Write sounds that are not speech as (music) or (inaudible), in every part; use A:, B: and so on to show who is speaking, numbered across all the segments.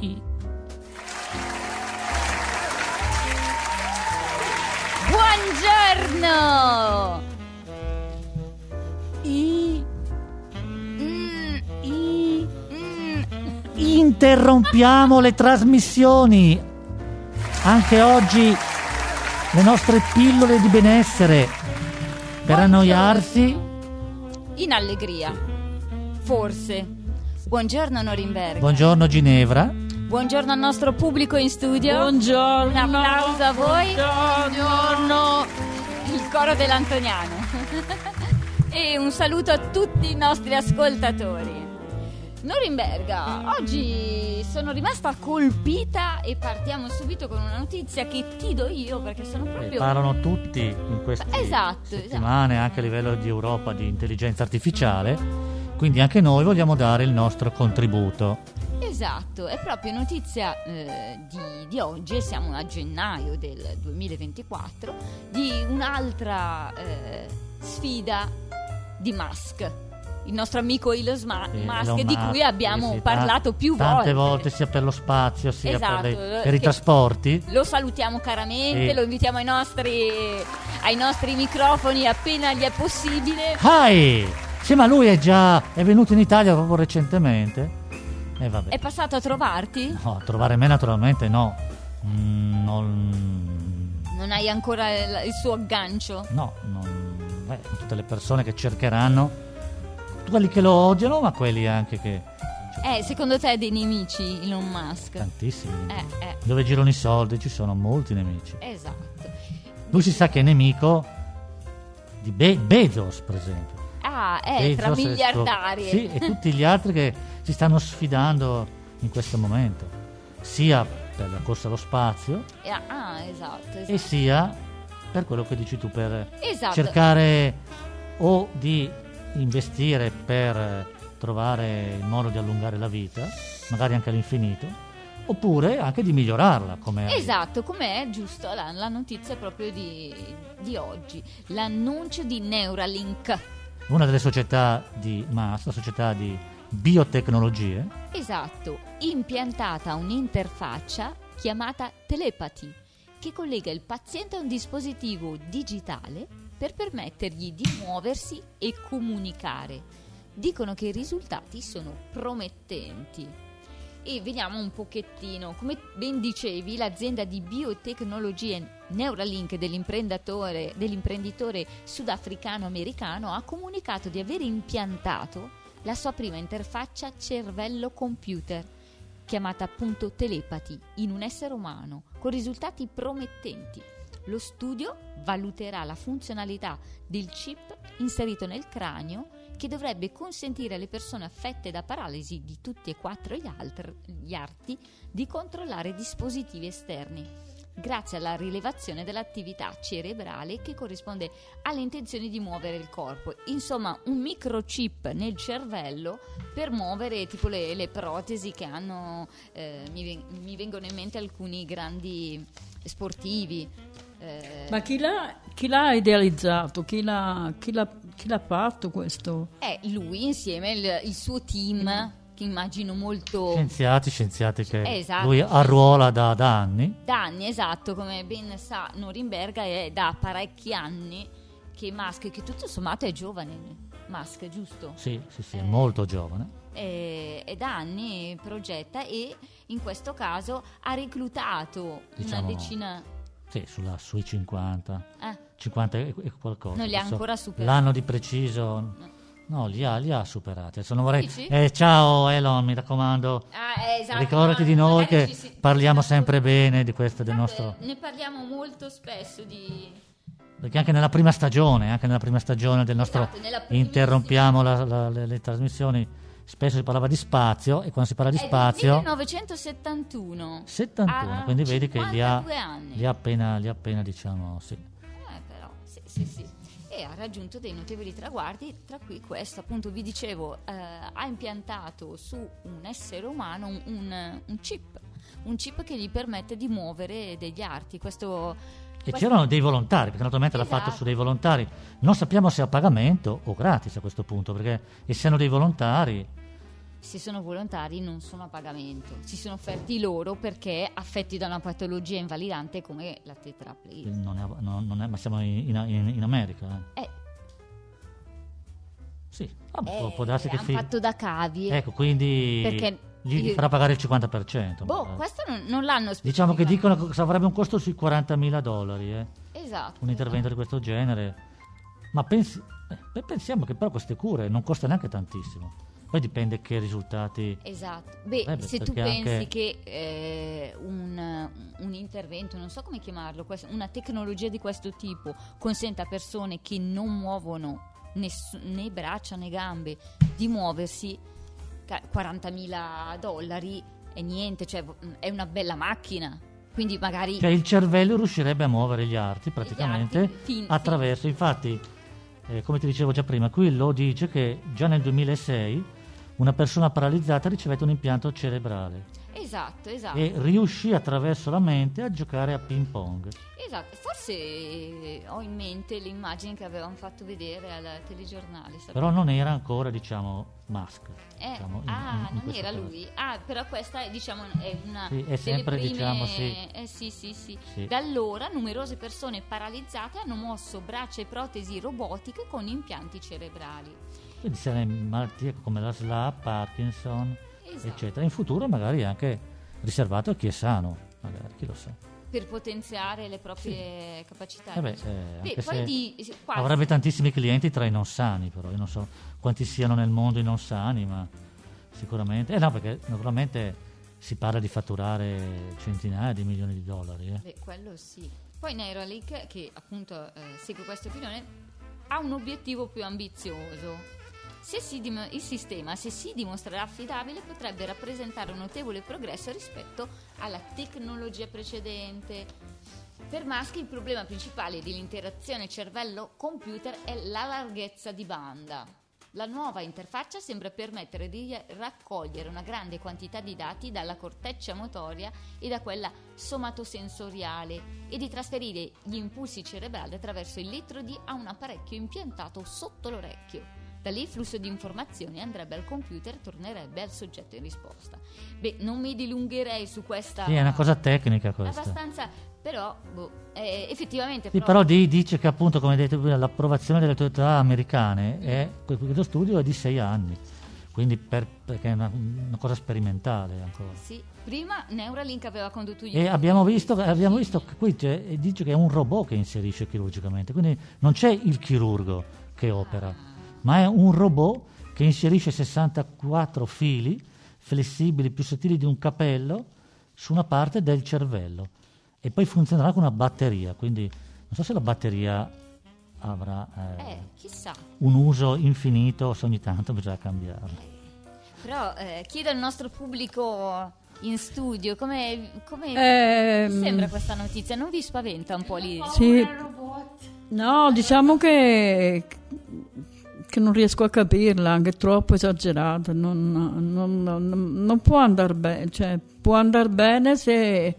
A: sì.
B: Buongiorno!
A: I,
B: Mm,
A: i,
B: mm.
C: Interrompiamo le trasmissioni. Anche oggi le nostre pillole di benessere per
B: Buongiorno.
C: annoiarsi.
B: In allegria. Forse. Buongiorno Norimberga.
C: Buongiorno Ginevra.
B: Buongiorno al nostro pubblico in studio.
A: buongiorno.
B: Un applauso a voi.
A: Buongiorno.
B: il coro dell'Antoniano. (laughs) e un saluto a tutti i nostri ascoltatori. Norimberga, oggi sono rimasta colpita e partiamo subito con una notizia che ti do io perché sono
C: Eh,
B: proprio...
C: Parlano tutti in queste
B: Esatto,
C: settimane, anche a livello di Europa, di intelligenza artificiale. Quindi anche noi vogliamo dare il nostro contributo.
B: Esatto, è proprio notizia eh, di, di oggi, e siamo a gennaio del 2024, di un'altra eh, sfida di Musk, il nostro amico Elon Sma-
C: Sì,
B: Musk,
C: Elon
B: di
C: Musk,
B: cui abbiamo
C: sì, ta-
B: parlato più
C: tante volte. sia per lo spazio, sia
B: Esatto,
C: per, le- per
B: che-
C: i trasporti.
B: Lo salutiamo caramente,
C: Sì.
B: lo invitiamo ai nostri, ai nostri microfoni appena gli è possibile.
C: Hi! Sì, ma lui è già è venuto in Italia proprio recentemente. E vabbè.
B: È passato a trovarti?
C: No, a trovare me naturalmente no. Mm, non...
B: Non hai ancora il, il suo aggancio?
C: No, non... beh, con tutte le persone che cercheranno, quelli che lo odiano, ma quelli anche che... cioè,
B: Eh, secondo te ha dei nemici Elon Musk? Eh,
C: Tantissimi.
B: eh,
C: Dove girano i soldi ci sono molti nemici.
B: esatto.
C: Lui si sa che è nemico di Be- Bezos, per esempio.
B: Ah, eh, tra
C: Bezos è sto-
B: miliardari.
C: Sì, eh. e tutti gli altri che si stanno sfidando in questo momento, sia per la corsa allo spazio
B: Eh, (laughs) Ah, esatto, esatto.
C: e sia per quello che dici tu, per
B: Esatto.
C: cercare o di investire per trovare il modo di allungare la vita, magari anche all'infinito, oppure anche di migliorarla come
B: Esatto, com'è giusto la, la notizia proprio di, di oggi, l'annuncio di Neuralink.
C: una delle società di Musk, la società di biotecnologie,
B: Esatto, impiantata un'interfaccia chiamata telepathy che collega il paziente a un dispositivo digitale per permettergli di muoversi e comunicare. Dicono che i risultati sono promettenti. E vediamo un pochettino, come ben dicevi, l'azienda di biotecnologie Neuralink dell'imprenditore, dell'imprenditore sudafricano-americano ha comunicato di aver impiantato la sua prima interfaccia cervello-computer, chiamata appunto telepati, in un essere umano, con risultati promettenti. Lo studio valuterà la funzionalità del chip inserito nel cranio che dovrebbe consentire alle persone affette da paralisi di tutti e quattro gli, altri, gli arti di controllare dispositivi esterni, grazie alla rilevazione dell'attività cerebrale che corrisponde alle intenzioni di muovere il corpo. Insomma, un microchip nel cervello per muovere tipo le, le protesi che hanno, eh, mi, ven- mi vengono in mente alcuni grandi sportivi. eh,
A: Ma chi l'ha, chi l'ha idealizzato? Chi l'ha, chi l'ha- chi l'ha fatto questo?
B: Eh, lui insieme il, il suo team,
C: Mm.
B: che immagino molto
C: scienziati, scienziati che
B: Eh, esatto.
C: lui arruola da, da anni.
B: da anni, esatto, come ben sa Norimberga è da parecchi anni che Musk, che tutto sommato è giovane, Musk, giusto?
C: Sì, sì, sì, è
B: Eh.
C: molto giovane.
B: Eh, è da anni progetta e in questo caso ha reclutato
C: Diciamo-
B: una decina...
C: Sì, sulla- sui 50,
B: eh,
C: 50 e, e qualcosa.
B: Non li ha
C: adesso
B: ancora superati.
C: L'anno di preciso. No, li ha, li ha superati. Adesso non vorrei.
B: Dici?
C: Eh, ciao Elon, mi raccomando.
B: ah, eh, esatto,
C: Ricordati
B: ma
C: di noi
B: magari
C: che
B: ci si-
C: parliamo
B: ci si-
C: sempre bene di questo, del nostro.
B: Ne parliamo molto spesso di...
C: Perché anche nella prima stagione, anche nella prima stagione del nostro
B: Esatto, nella primissima.
C: interrompiamo la- la- le, le trasmissioni. Spesso si parlava di spazio e quando si parla di
B: È del
C: spazio
B: 1971.
C: 71,
B: Ah,
C: quindi vedi che li ha,
B: 52 anni.
C: li ha appena, li ha appena diciamo sì.
B: Eh, però, sì, sì, sì. E ha raggiunto dei notevoli traguardi, tra cui questo, appunto, vi dicevo, eh, ha impiantato su un essere umano un, un- un chip, un chip che gli permette di muovere degli arti. Questo,
C: E
B: questo-
C: c'erano dei volontari, perché naturalmente l'ha fatto
B: Esatto.
C: su dei volontari. Non sappiamo se a pagamento o gratis a questo punto, perché essendo dei volontari
B: se sono volontari non sono a pagamento, si sono offerti loro perché affetti da una patologia invalidante come la tetraplegia.
C: Non è- no, non è- ma siamo in, in- in America. eh.
B: Eh,
C: Sì, Ah,
B: eh,
C: può, può darsi che
B: hanno
C: sì.
B: fatto da eh. cavie.
C: Ecco, quindi
B: Perché
C: gli gli
B: io-
C: farà pagare il 50%.
B: boh,
C: magari.
B: questo non, non l'hanno specificato.
C: Diciamo che dicono che avrebbe un costo sui 40.000 dollari, eh,
B: Esatto.
C: un intervento di questo genere. Ma pensi- eh, beh, pensiamo che però queste cure non costano neanche tantissimo. Poi dipende che risultati...
B: Esatto. Beh,
C: Eh beh,
B: se tu
C: perché
B: pensi
C: anche-
B: che eh, un, un intervento, non so come chiamarlo, quest- una tecnologia di questo tipo consenta a persone che non muovono ness- né braccia né gambe di muoversi, ca- 40.000 dollari è niente, cioè mm, è una bella macchina. Quindi magari
C: Cioè il cervello riuscirebbe a muovere gli arti praticamente
B: Gli arti, fin-
C: attraverso, infatti, eh, come ti dicevo già prima, qui lo dice che già nel 2006 una persona paralizzata ricevette un impianto cerebrale
B: Esatto, esatto.
C: e riuscì attraverso la mente a giocare a ping pong.
B: Esatto, forse eh, ho in mente le immagini che avevamo fatto vedere al telegiornale. sai?
C: Però non era ancora, diciamo, Musk.
B: Eh,
C: diciamo, in- in-
B: ah,
C: in
B: non
C: questo
B: era
C: caso.
B: lui. Ah, però questa è, diciamo, è una
C: Sì, è
B: delle
C: sempre,
B: prime...
C: diciamo, sì.
B: eh, sì, sì, sì.
C: Sì.
B: Da allora numerose persone paralizzate hanno mosso braccia e protesi robotiche con impianti cerebrali.
C: Quindi se le malattie come la SLA, Parkinson,
B: Esatto.
C: eccetera. In futuro magari anche riservato a chi è sano, magari, chi lo sa.
B: Per potenziare le proprie capacità.
C: Eh beh,
B: diciamo.
C: eh,
B: Beh,
C: anche
B: poi
C: se
B: di, sì, quasi-
C: Avrebbe tantissimi clienti tra i non sani, però io non so quanti siano nel mondo i non sani, ma sicuramente... Eh no, perché naturalmente si parla di fatturare centinaia di milioni di dollari. eh.
B: Beh, quello sì. Poi Neuralink, che appunto eh, segue questa opinione, ha un obiettivo più ambizioso. Se si dim- il sistema, se si dimostrerà affidabile, potrebbe rappresentare un notevole progresso rispetto alla tecnologia precedente. Per Musk il problema principale dell'interazione cervello-computer è la larghezza di banda. La nuova interfaccia sembra permettere di raccogliere una grande quantità di dati dalla corteccia motoria e da quella somatosensoriale e di trasferire gli impulsi cerebrali attraverso i elettrodi a un apparecchio impiantato sotto l'orecchio. Da lì il flusso di informazioni andrebbe al computer e tornerebbe al soggetto in risposta. Beh, non mi dilungherei su questa...
C: Sì, è una cosa tecnica questa.
B: Abbastanza, però boh, eh, effettivamente.
C: Sì, però di- dice che appunto, come hai detto prima, l'approvazione delle autorità americane è questo studio è di sei anni, quindi per- perché è una, una cosa sperimentale ancora.
B: Sì, prima Neuralink aveva condotto gli
C: E abbiamo visto, abbiamo visto che qui c'è- e dice che è un robot che inserisce chirurgicamente, quindi non c'è il chirurgo che opera, ma è un robot che inserisce 64 fili flessibili più sottili di un capello su una parte del cervello e poi funzionerà con una batteria, quindi non so se la batteria avrà eh,
B: Eh, chissà.
C: un uso infinito o se ogni tanto bisogna cambiarla.
B: Però eh, chiedo al nostro pubblico in studio come, come
A: Ehm,
B: vi sembra questa notizia. Non vi spaventa un po' lì?
A: sì. No, diciamo che, che non riesco a capirla, anche troppo esagerata, non, non- non- non può andare bene, cioè, può andare bene
B: Eh,
A: se,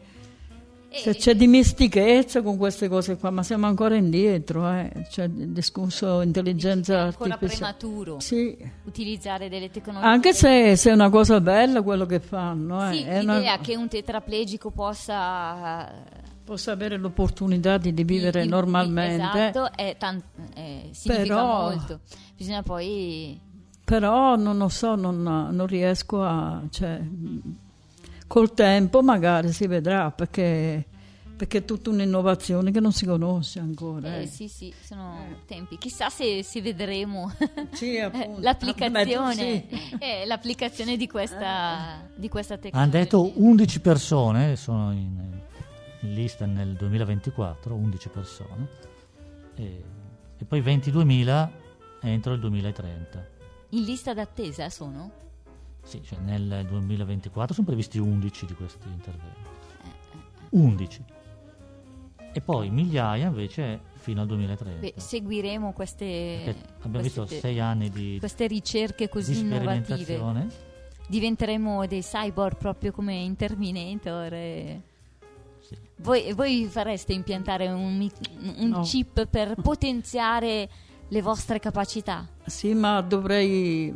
A: se c'è dimestichezza con queste cose qua, ma siamo ancora indietro, eh. cioè, il discorso intelligenza
B: ancora
A: artificiale.
B: prematuro
A: Sì,
B: utilizzare delle tecnologie.
A: anche se, se è una cosa bella quello che fanno, eh.
B: Sì,
A: È
B: l'idea
A: una-
B: che un tetraplegico possa eh,
A: possa avere l'opportunità di,
B: di-
A: di vivere
B: di-
A: normalmente.
B: esatto, è tan- eh, significa
A: Però-
B: molto. Bisogna poi eh,
A: però non lo so, non, non riesco a... Cioè, mh, col tempo magari si vedrà perché, perché è tutta un'innovazione che non si conosce ancora.
B: Eh,
A: eh.
B: sì, sì, sono tempi. Chissà se, se vedremo
A: (laughs)
B: eh,
A: Sì, appunto.
B: l'applicazione,
A: Beh, sì.
B: eh, l'applicazione di questa, di questa
C: Hanno
B: tecnologia.
C: detto 11 persone, sono in, in lista nel 2024, 11 persone, e, e poi 22.000 entro il 2030.
B: In lista d'attesa sono?
C: Sì, cioè nel 2024 sono previsti 11 di questi interventi.
B: Eh,
C: 11. E poi migliaia invece fino al 2030.
B: Beh, seguiremo queste,
C: perché (laughs) abbiamo visto
B: queste-
C: 6 anni di,
B: queste ricerche
C: di
B: così innovative.
C: sperimentazione.
B: Diventeremo dei cyborg proprio come in Terminator. e-
C: Sì.
B: Voi, voi fareste impiantare un, mic- un
A: No.
B: chip
C: (laughs)
B: per potenziare le vostre capacità?
A: Sì, ma dovrei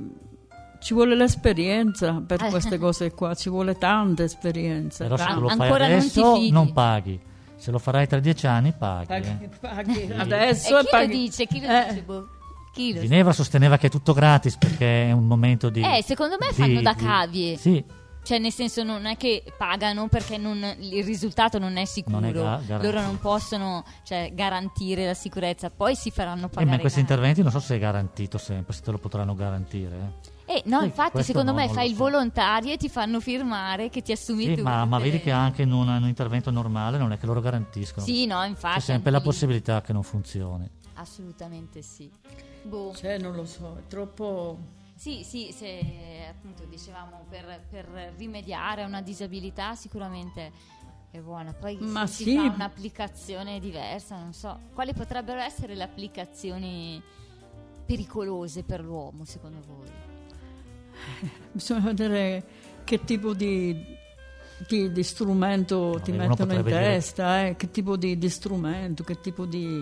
A: Ci vuole l'esperienza per
B: Eh.
A: queste cose qua, ci vuole tanta esperienza.
C: Però se
A: tanta.
C: lo fai
B: ancora non ti
C: adesso
B: fidi.
C: non, paghi. Se lo farai tra dieci anni paghi.
A: Paghi-
C: eh.
A: paghi
B: E
A: adesso
B: chi
A: e paghi.
B: lo dice? Chi lo
A: Eh.
B: dice? Boh. Chi lo
C: Ginevra sosteneva che è tutto gratis perché è un momento di...
B: Eh, secondo me
C: di-
B: fanno da
C: di-
B: cavie.
C: Sì,
B: Cioè, nel senso, non è che pagano perché non- il risultato non è sicuro.
C: Non è ga- garantito.
B: Loro non possono cioè, garantire la sicurezza, poi si faranno
C: eh,
B: pagare.
C: ma in questi
B: male.
C: interventi non so se è garantito sempre, se te lo potranno garantire. eh.
B: Eh, no,
C: Eh,
B: infatti,
C: questo
B: secondo
C: no,
B: me
C: non
B: fai
C: lo
B: il
C: so.
B: volontario e ti fanno firmare che ti assumi
C: Sì,
B: tu.
C: ma, ma
B: tutte
C: vedi
B: le-
C: che anche in un, in un intervento normale non è che loro garantiscono.
B: Sì, no, infatti.
C: C'è sempre la
B: anche lì.
C: possibilità che non funzioni.
B: Assolutamente sì. Boh.
A: Cioè, non lo so, è troppo...
B: Sì, sì, se appunto dicevamo per, per rimediare a una disabilità sicuramente è buona. Poi
A: Ma
B: se
A: sì.
B: si fa un'applicazione diversa, non so. Quali potrebbero essere le applicazioni pericolose per l'uomo, secondo voi?
A: Bisogna vedere che tipo di, di- di strumento ti
C: uno
A: mettono in
C: potrebbe dire-
A: testa, eh, che tipo di, di strumento, che tipo di...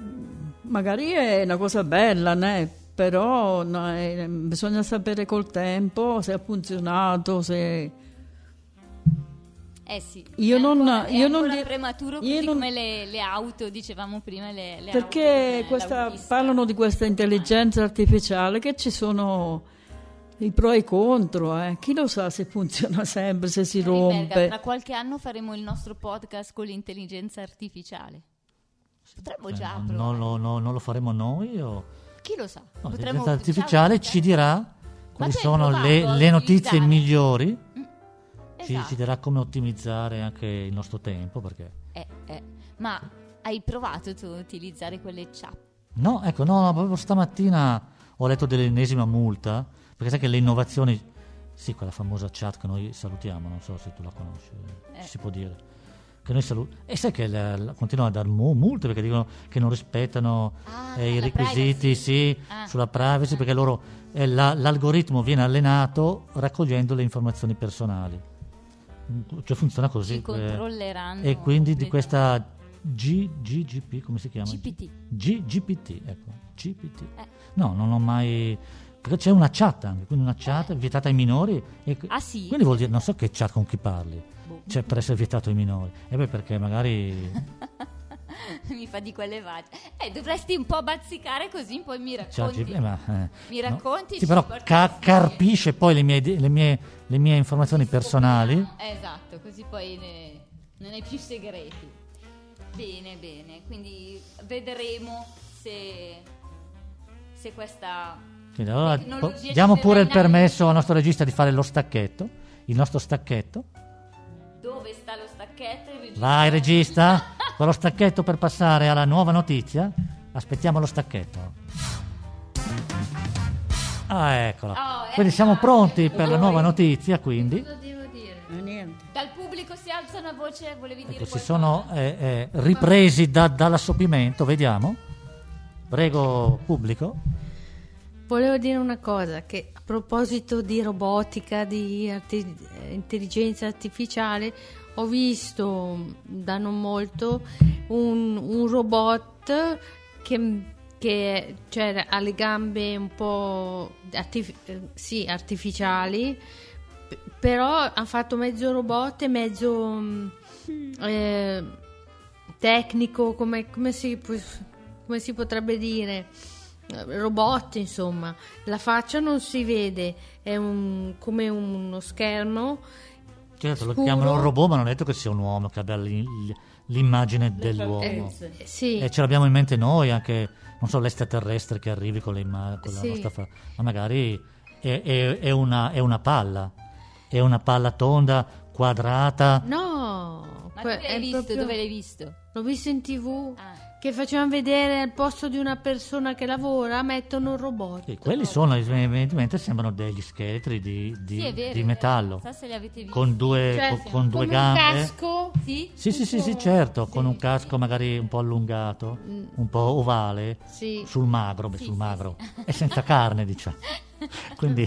A: Mm, Magari è una cosa bella, né? però no, eh, bisogna sapere col tempo se ha funzionato, se...
B: Eh sì,
A: Io
B: è
A: non-
B: ancora, è
A: io non
B: ancora
A: di-
B: prematuro
A: io
B: così
A: non-
B: come le, le auto, dicevamo prima le, le auto
A: Perché
B: con
A: questa-
B: l'autista.
A: parlano di questa intelligenza artificiale che ci sono i pro e i contro, eh. chi lo sa se funziona (laughs) sempre, se si
B: Riccardo,
A: rompe.
B: Tra qualche anno faremo il nostro podcast con l'intelligenza artificiale. Potremmo
C: Eh,
B: già
C: non-
B: provare.
C: non, lo, no- non lo faremo noi o...
B: Chi lo sa?
C: No,
B: Potremmo-
C: l'intelligenza artificiale
B: diciamo,
C: ci dirà quali
B: tu hai
C: sono
B: provato
C: le,
B: a
C: le notizie
B: utilizzare?
C: migliori,
B: esatto.
C: ci, ci dirà come ottimizzare anche il nostro tempo perché...
B: Eh, eh. Ma hai provato tu a utilizzare quelle chat?
C: No, ecco, no, no, proprio stamattina ho letto dell'ennesima multa, perché sai che le innovazioni, sì, quella famosa chat che noi salutiamo, non so se tu la conosci,
B: Eh.
C: si può dire. Che noi salutiamo. E sai che la- la- continuano a dar mu- multe perché dicono che non rispettano
B: Ah,
C: eh, i
B: la
C: requisiti sì,
B: Ah.
C: sulla privacy, perché loro, eh, la- l'algoritmo viene allenato raccogliendo le informazioni personali. Mm, Cioè funziona così.
B: Ci
C: eh.
B: controlleranno.
C: E quindi di
B: completamente.
C: questa G- GGP, come si chiama?
B: GPT.
C: G- GPT, ecco, GPT.
B: Eh.
C: No, non ho mai... Perché c'è una chat anche, quindi una chat vietata ai minori. e-
B: Ah, sì?
C: Quindi vuol dire, non so che chat con chi parli,
B: Boh.
C: cioè per essere vietato ai minori. E beh, perché magari...
B: (laughs) Mi fa di quelle varie. Eh, dovresti un po' bazzicare così poi mi
C: Chat
B: racconti.
C: eh, ma, eh,
B: Mi racconti,
C: Sì,
B: ci
C: però
B: porti
C: ca-
B: insieme.
C: carpisce poi le mie, ide- le mie- le mie informazioni personali.
B: Eh, Esatto, così poi ne- non hai più segreti. Bene, bene, quindi vedremo se, se questa...
C: Quindi allora
B: Tecnologia
C: po- diamo
B: ci
C: pure il
B: verrà in-
C: permesso al nostro regista di fare lo stacchetto, il nostro stacchetto.
B: Dove sta lo stacchetto? Il regista-
C: Vai regista, con lo stacchetto per passare alla nuova notizia. Aspettiamo lo stacchetto. Ah,
B: Oh,
C: eccola.
B: è
C: Quindi siamo
B: arrivato.
C: pronti per la nuova
B: Voi.
C: notizia, quindi.
B: Cosa devo dire?
A: Eh, niente.
B: Dal pubblico si alza una voce, volevi dire
C: Ecco, si
B: qualcosa?
C: sono eh, eh, ripresi da- dall'assopimento, vediamo. Prego pubblico.
D: Volevo dire una cosa, che a proposito di robotica, di arti- eh, intelligenza artificiale, ho visto mm, da non molto un, un robot che, mm, che, cioè, ha le gambe un po' artif- eh, sì, artificiali, p- però ha fatto mezzo robot e mezzo mm, eh, tecnico, come, come si, pu- come si potrebbe dire? Eh, Robot, insomma, la faccia non si vede, è un- come uno schermo.
C: Certo, lo
D: Scuro.
C: chiamano un robot, ma non è detto che sia un uomo che abbia l'im- l'immagine dell'uomo.
A: fattezze.
D: Eh, Sì,
C: E ce l'abbiamo in mente noi, anche, non so, l'estraterrestre che arrivi con, le imma- con la
D: Sì.
C: nostra fa- ma magari è, è- è una, è una palla, è una palla tonda, quadrata.
D: no,
B: Ma
D: que-
B: dove
D: è
B: l'hai visto?
D: proprio-
B: Dove l'hai visto?
D: l'ho visto in tv
B: Ah.
D: che facevano vedere al posto di una persona che lavora mettono un robot.
C: E quelli sono, evidentemente, sembrano degli scheletri di, di-
B: sì, è vero.
C: di
B: è vero.
C: metallo,
B: Non so se li avete visti.
C: con due,
D: Cioè,
C: con- con due
D: come
C: gambe.
D: un casco
B: Sì?
C: Sì, sì, sì, sì, certo, con un casco magari un po' allungato, un po' ovale,
D: Mm. Sì.
C: sul magro, beh, sul magro, e senza carne,
B: (laughs)
D: (laughs)
C: diciamo. Quindi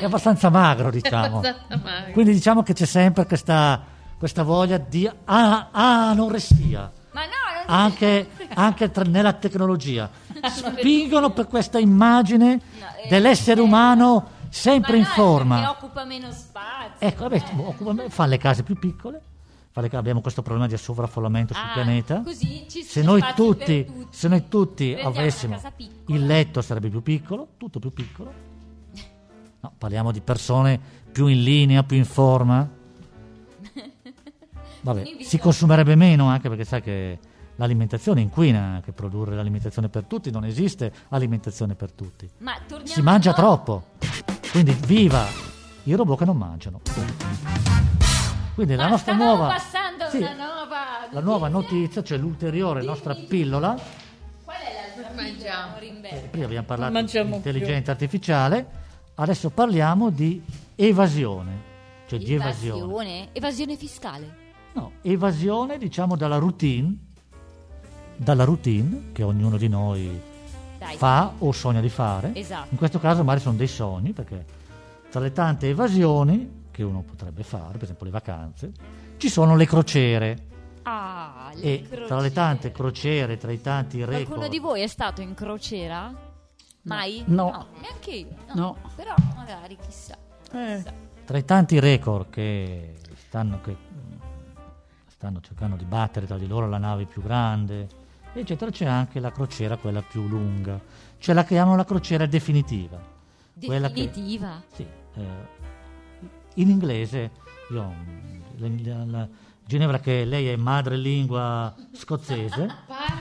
C: è abbastanza magro, diciamo.
D: abbastanza magro.
C: Quindi diciamo che c'è sempre questa, questa voglia di a- anoressia.
B: Ma no, non
C: anche, anche tra- nella tecnologia. Spingono per questa immagine
B: eh,
C: dell'essere
B: eh.
C: umano sempre in forma.
B: Che occupa meno spazio. eh.
C: Ecco, vabbè, occupa- fa le case più piccole, fa le ca- abbiamo questo problema di sovraffollamento sul
B: Ah,
C: pianeta.
B: così ci
C: se,
B: sono
C: noi
B: spazi
C: tutti,
B: per tutti.
C: se noi tutti
B: Rendiamo una
C: avessimo
B: casa piccola.
C: il letto sarebbe più piccolo, tutto più piccolo. No, parliamo di persone più in linea, più in forma.
B: (laughs)
C: Vabbè,
B: Quindi
C: si
B: dico-
C: consumerebbe meno anche perché sai che l'alimentazione inquina, anche produrre l'alimentazione per tutti, non esiste alimentazione per tutti.
B: Ma torniamo
C: Si mangia
B: a noi.
C: troppo. Quindi viva i robot che non mangiano. Quindi la
B: Ma
C: nostra
B: stavamo
C: nuova
B: passando
C: Sì,
B: una nuova.
C: la nuova notizia, cioè l'ulteriore nostra pillola,
B: Qual è l'altra mangiamo
C: eh, prima abbiamo parlato
A: Non
C: di
A: mangiamo
C: intelligenza artificiale, adesso parliamo di evasione, cioè di evasione.
E: Evasione? Evasione fiscale.
C: No, evasione diciamo dalla routine, dalla routine che ognuno di noi
E: Dai.
C: fa o sogna di fare.
E: Esatto.
C: In questo caso magari sono dei sogni perché tra le tante evasioni che uno potrebbe fare, per esempio le vacanze, ci sono le crociere.
E: Ah, le
C: e
E: crociere.
C: tra le tante crociere, tra i tanti record,
E: Qualcuno di voi è stato in crociera? Mai?
A: No.
E: neanche io. No.
A: No.
E: Però magari chissà.
A: Eh,
C: tra i tanti record che stanno, che mm, stanno cercando di battere tra di loro la nave più grande, eccetera, c'è anche la crociera quella più lunga, cioè la chiamano la crociera definitiva. Quella che-
E: Definitiva.
C: Sì, eh, in inglese, io, mm, la- la- la- Ginevra che lei è madrelingua scozzese,
B: (laughs) Eh,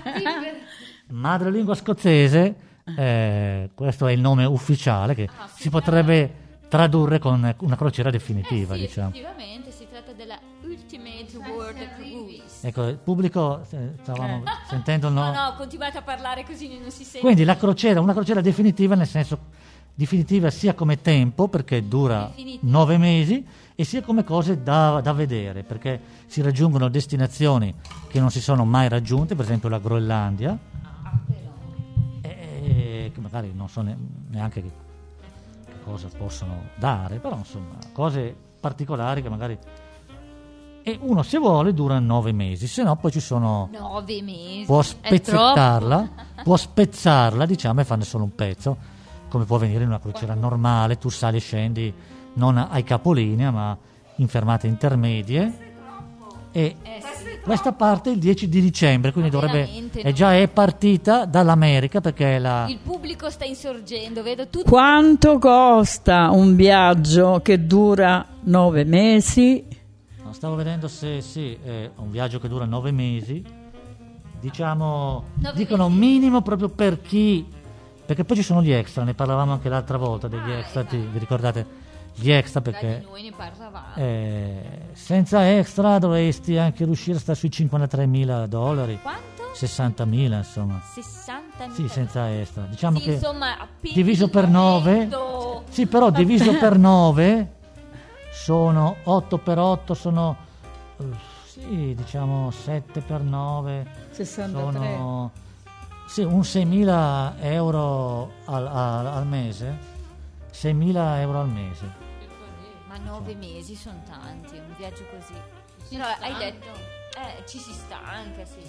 F: Parti per...
C: madrelingua scozzese, eh, questo è il nome ufficiale che
B: Ah,
C: si potrebbe tradurre con una crociera definitiva,
B: Eh sì,
C: diciamo.
B: effettivamente si tratta della Ultimate World Cruise.
C: Ecco, il pubblico eh, stavamo sentendo
B: (laughs)
C: il
B: No,
C: nome.
B: no, continuate a parlare così non si sente.
C: Quindi la crociera, una crociera definitiva nel senso definitiva sia come tempo perché dura
B: Definitiva.
C: nove mesi e sia come cose da, da vedere perché si raggiungono destinazioni che non si sono mai raggiunte, per esempio la Groenlandia, e- e che magari non so ne- neanche che, che cosa possono dare, però insomma cose particolari che magari... E uno se vuole dura nove mesi, se no poi ci sono
E: Nove mesi.
C: può spezzettarla, può spezzarla, diciamo, e farne solo un pezzo, come può avvenire in una crociera normale, tu sali e scendi non ai capolinea, ma in fermate intermedie. E questa parte il 10 di dicembre, quindi
E: Ma
C: dovrebbe
E: veramente,
C: è già è partita dall'America perché è la
E: Il pubblico sta insorgendo, vedo tutti.
A: Quanto costa un viaggio che dura nove mesi?
C: No, Stavo vedendo se sì, è un viaggio che dura nove mesi. Diciamo,
B: Nove
C: dicono
B: mesi.
C: minimo proprio per chi. Perché poi ci sono gli extra, ne parlavamo anche l'altra volta degli extra, ti- vi ricordate? Gli extra
B: Tra Ah, esatto. di
C: perché
B: noi ne parlavamo.
C: eh, senza extra dovresti anche riuscire a stare sui 53.000 dollari,
B: Quanto?
C: 60.000 insomma.
B: 60.000.
C: Sì, senza extra. Diciamo
B: Sì,
C: che
B: insomma, appena
C: diviso per
B: il
C: 9
B: momento-
C: sì però diviso per 9 sono 8 per 8 sono eh, sì diciamo 7 per 9 sono sì, un 6.000 euro al, al- al mese 6.000 euro al mese
E: Ma nove mesi sono tanti, un viaggio così.
B: Però hai detto, eh, ci si sta anche, sì.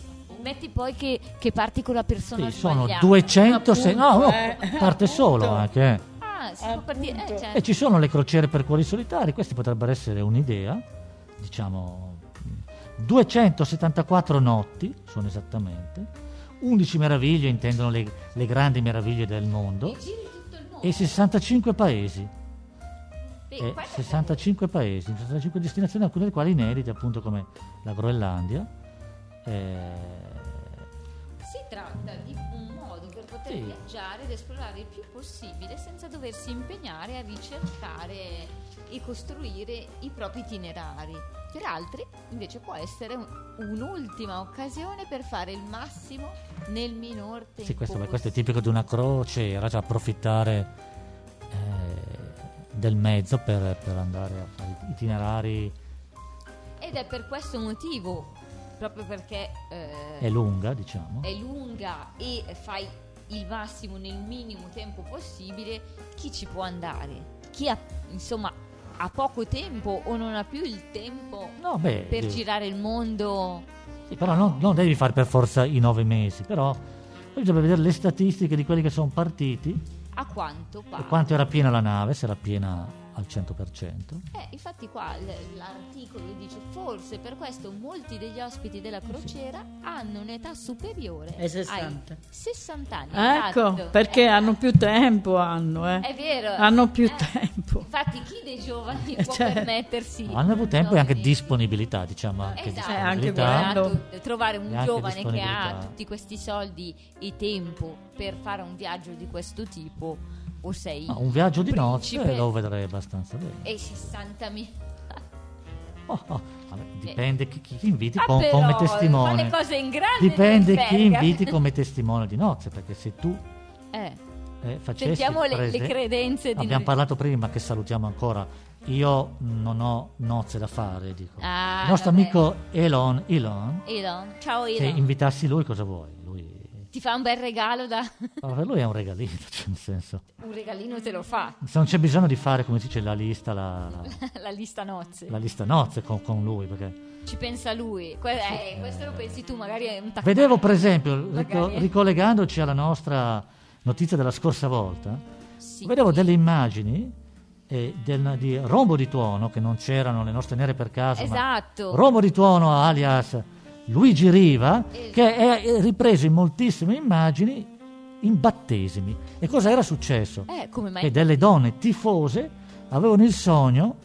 B: Metti poi che, che parti con la persona
C: Sì, sono
B: sbagliata.
C: 200 se- no, no,
A: eh,
C: parte solo anche eh.
B: Ah, si può partire, eh, certo.
C: E ci sono le crociere per cuori solitari, questa potrebbe essere un'idea, diciamo 274 notti sono esattamente, 11 meraviglie intendono le, le grandi meraviglie del mondo
B: Giri tutto il mondo.
C: Eh, e eh, 65 paesi,
B: Beh,
C: e
B: guarda-
C: 65 paesi, 65 destinazioni, alcune delle quali inedite appunto come la Groenlandia. eh,
B: Si tratta di un modo per poter
C: Sì.
B: viaggiare ed esplorare il più possibile senza doversi impegnare a ricercare e costruire i propri itinerari. Per altri, invece, può essere un- un'ultima occasione per fare il massimo nel minor tempo.
C: Sì, questo, beh, questo è
B: possibile.
C: tipico di una crociera, cioè approfittare eh, del mezzo per, per andare a fare itinerari
B: Ed è per questo motivo, proprio perché eh,
C: è lunga, diciamo.
B: è lunga e fai il massimo nel minimo tempo possibile, chi ci può andare? Chi ha, insomma, ha poco tempo o non ha più il tempo
C: No, beh,
B: per
C: di-
B: girare il mondo?
C: sì, Sì, però non, non devi fare per forza i nove mesi, però poi bisogna vedere le statistiche di quelli che sono partiti
B: A quanto pare.
C: e quanto era piena la nave, se era piena al 100%.
B: Eh, infatti qua l- l'articolo dice forse per questo molti degli ospiti della crociera hanno un'età superiore
A: Ai 60.
B: ai 60 anni.
A: Ecco,
B: esatto.
A: perché
B: Eh,
A: hanno più tempo, hanno, eh.
B: È vero.
A: Hanno più
B: Eh,
A: tempo.
B: Infatti chi dei giovani
A: Eh,
B: può
A: cioè,
B: permettersi...
C: Hanno avuto tempo e anche
B: di
C: disponibilità, diciamo. Anche
B: Esatto,
A: Eh, anche
C: disponibilità.
A: guardando.
B: esatto. trovare
C: E
B: un
C: anche
B: giovane che ha
C: disponibilità.
B: tutti questi soldi e tempo per fare un viaggio di questo tipo o sei
C: Ma un viaggio di
B: principe
C: nozze lo vedrei abbastanza bene.
B: e 60.000
C: Oh, oh, vabbè, dipende chi, chi inviti
B: Ah,
C: com-
B: però,
C: come
B: fa
C: testimone.
B: le cose in grande
C: Dipende
B: nel
C: chi
B: Berga.
C: inviti
B: (laughs)
C: come testimone di nozze, perché se tu
B: eh,
C: eh, facessi...
B: sentiamo
C: per
B: le, le
C: esempio-
B: credenze di
C: Abbiamo parlato prima che salutiamo ancora. Io non ho nozze da fare, dico.
B: Ah,
C: Il nostro
B: vabbè.
C: amico Elon, Elon,
B: Elon ciao
C: se
B: Elon
C: invitassi lui cosa vuoi? Lui,
B: ti fa un bel regalo da
C: allora, lui è un regalino, (laughs) cioè, nel senso.
B: (laughs) un regalino te lo fa
C: Se non c'è bisogno di fare, come si dice, la lista, la,
B: (laughs)
C: la-
B: la lista nozze
C: la lista nozze con, con lui, perché...
B: ci pensa lui Que- eh, questo lo pensi tu magari è un tac-
C: Vedevo, per esempio, rico-
B: Magari.
C: ricollegandoci alla nostra notizia della scorsa volta,
B: Sì.
C: Vedevo delle immagini eh, del- di Rombo di Tuono, che non c'erano le nostre nere per caso. ma
B: Esatto.
C: Rombo di Tuono alias Luigi Riva,
B: Eh.
C: che è è ripreso in moltissime immagini in battesimi. E cosa era successo?
B: eh, come mai
C: Che delle donne tifose avevano il sogno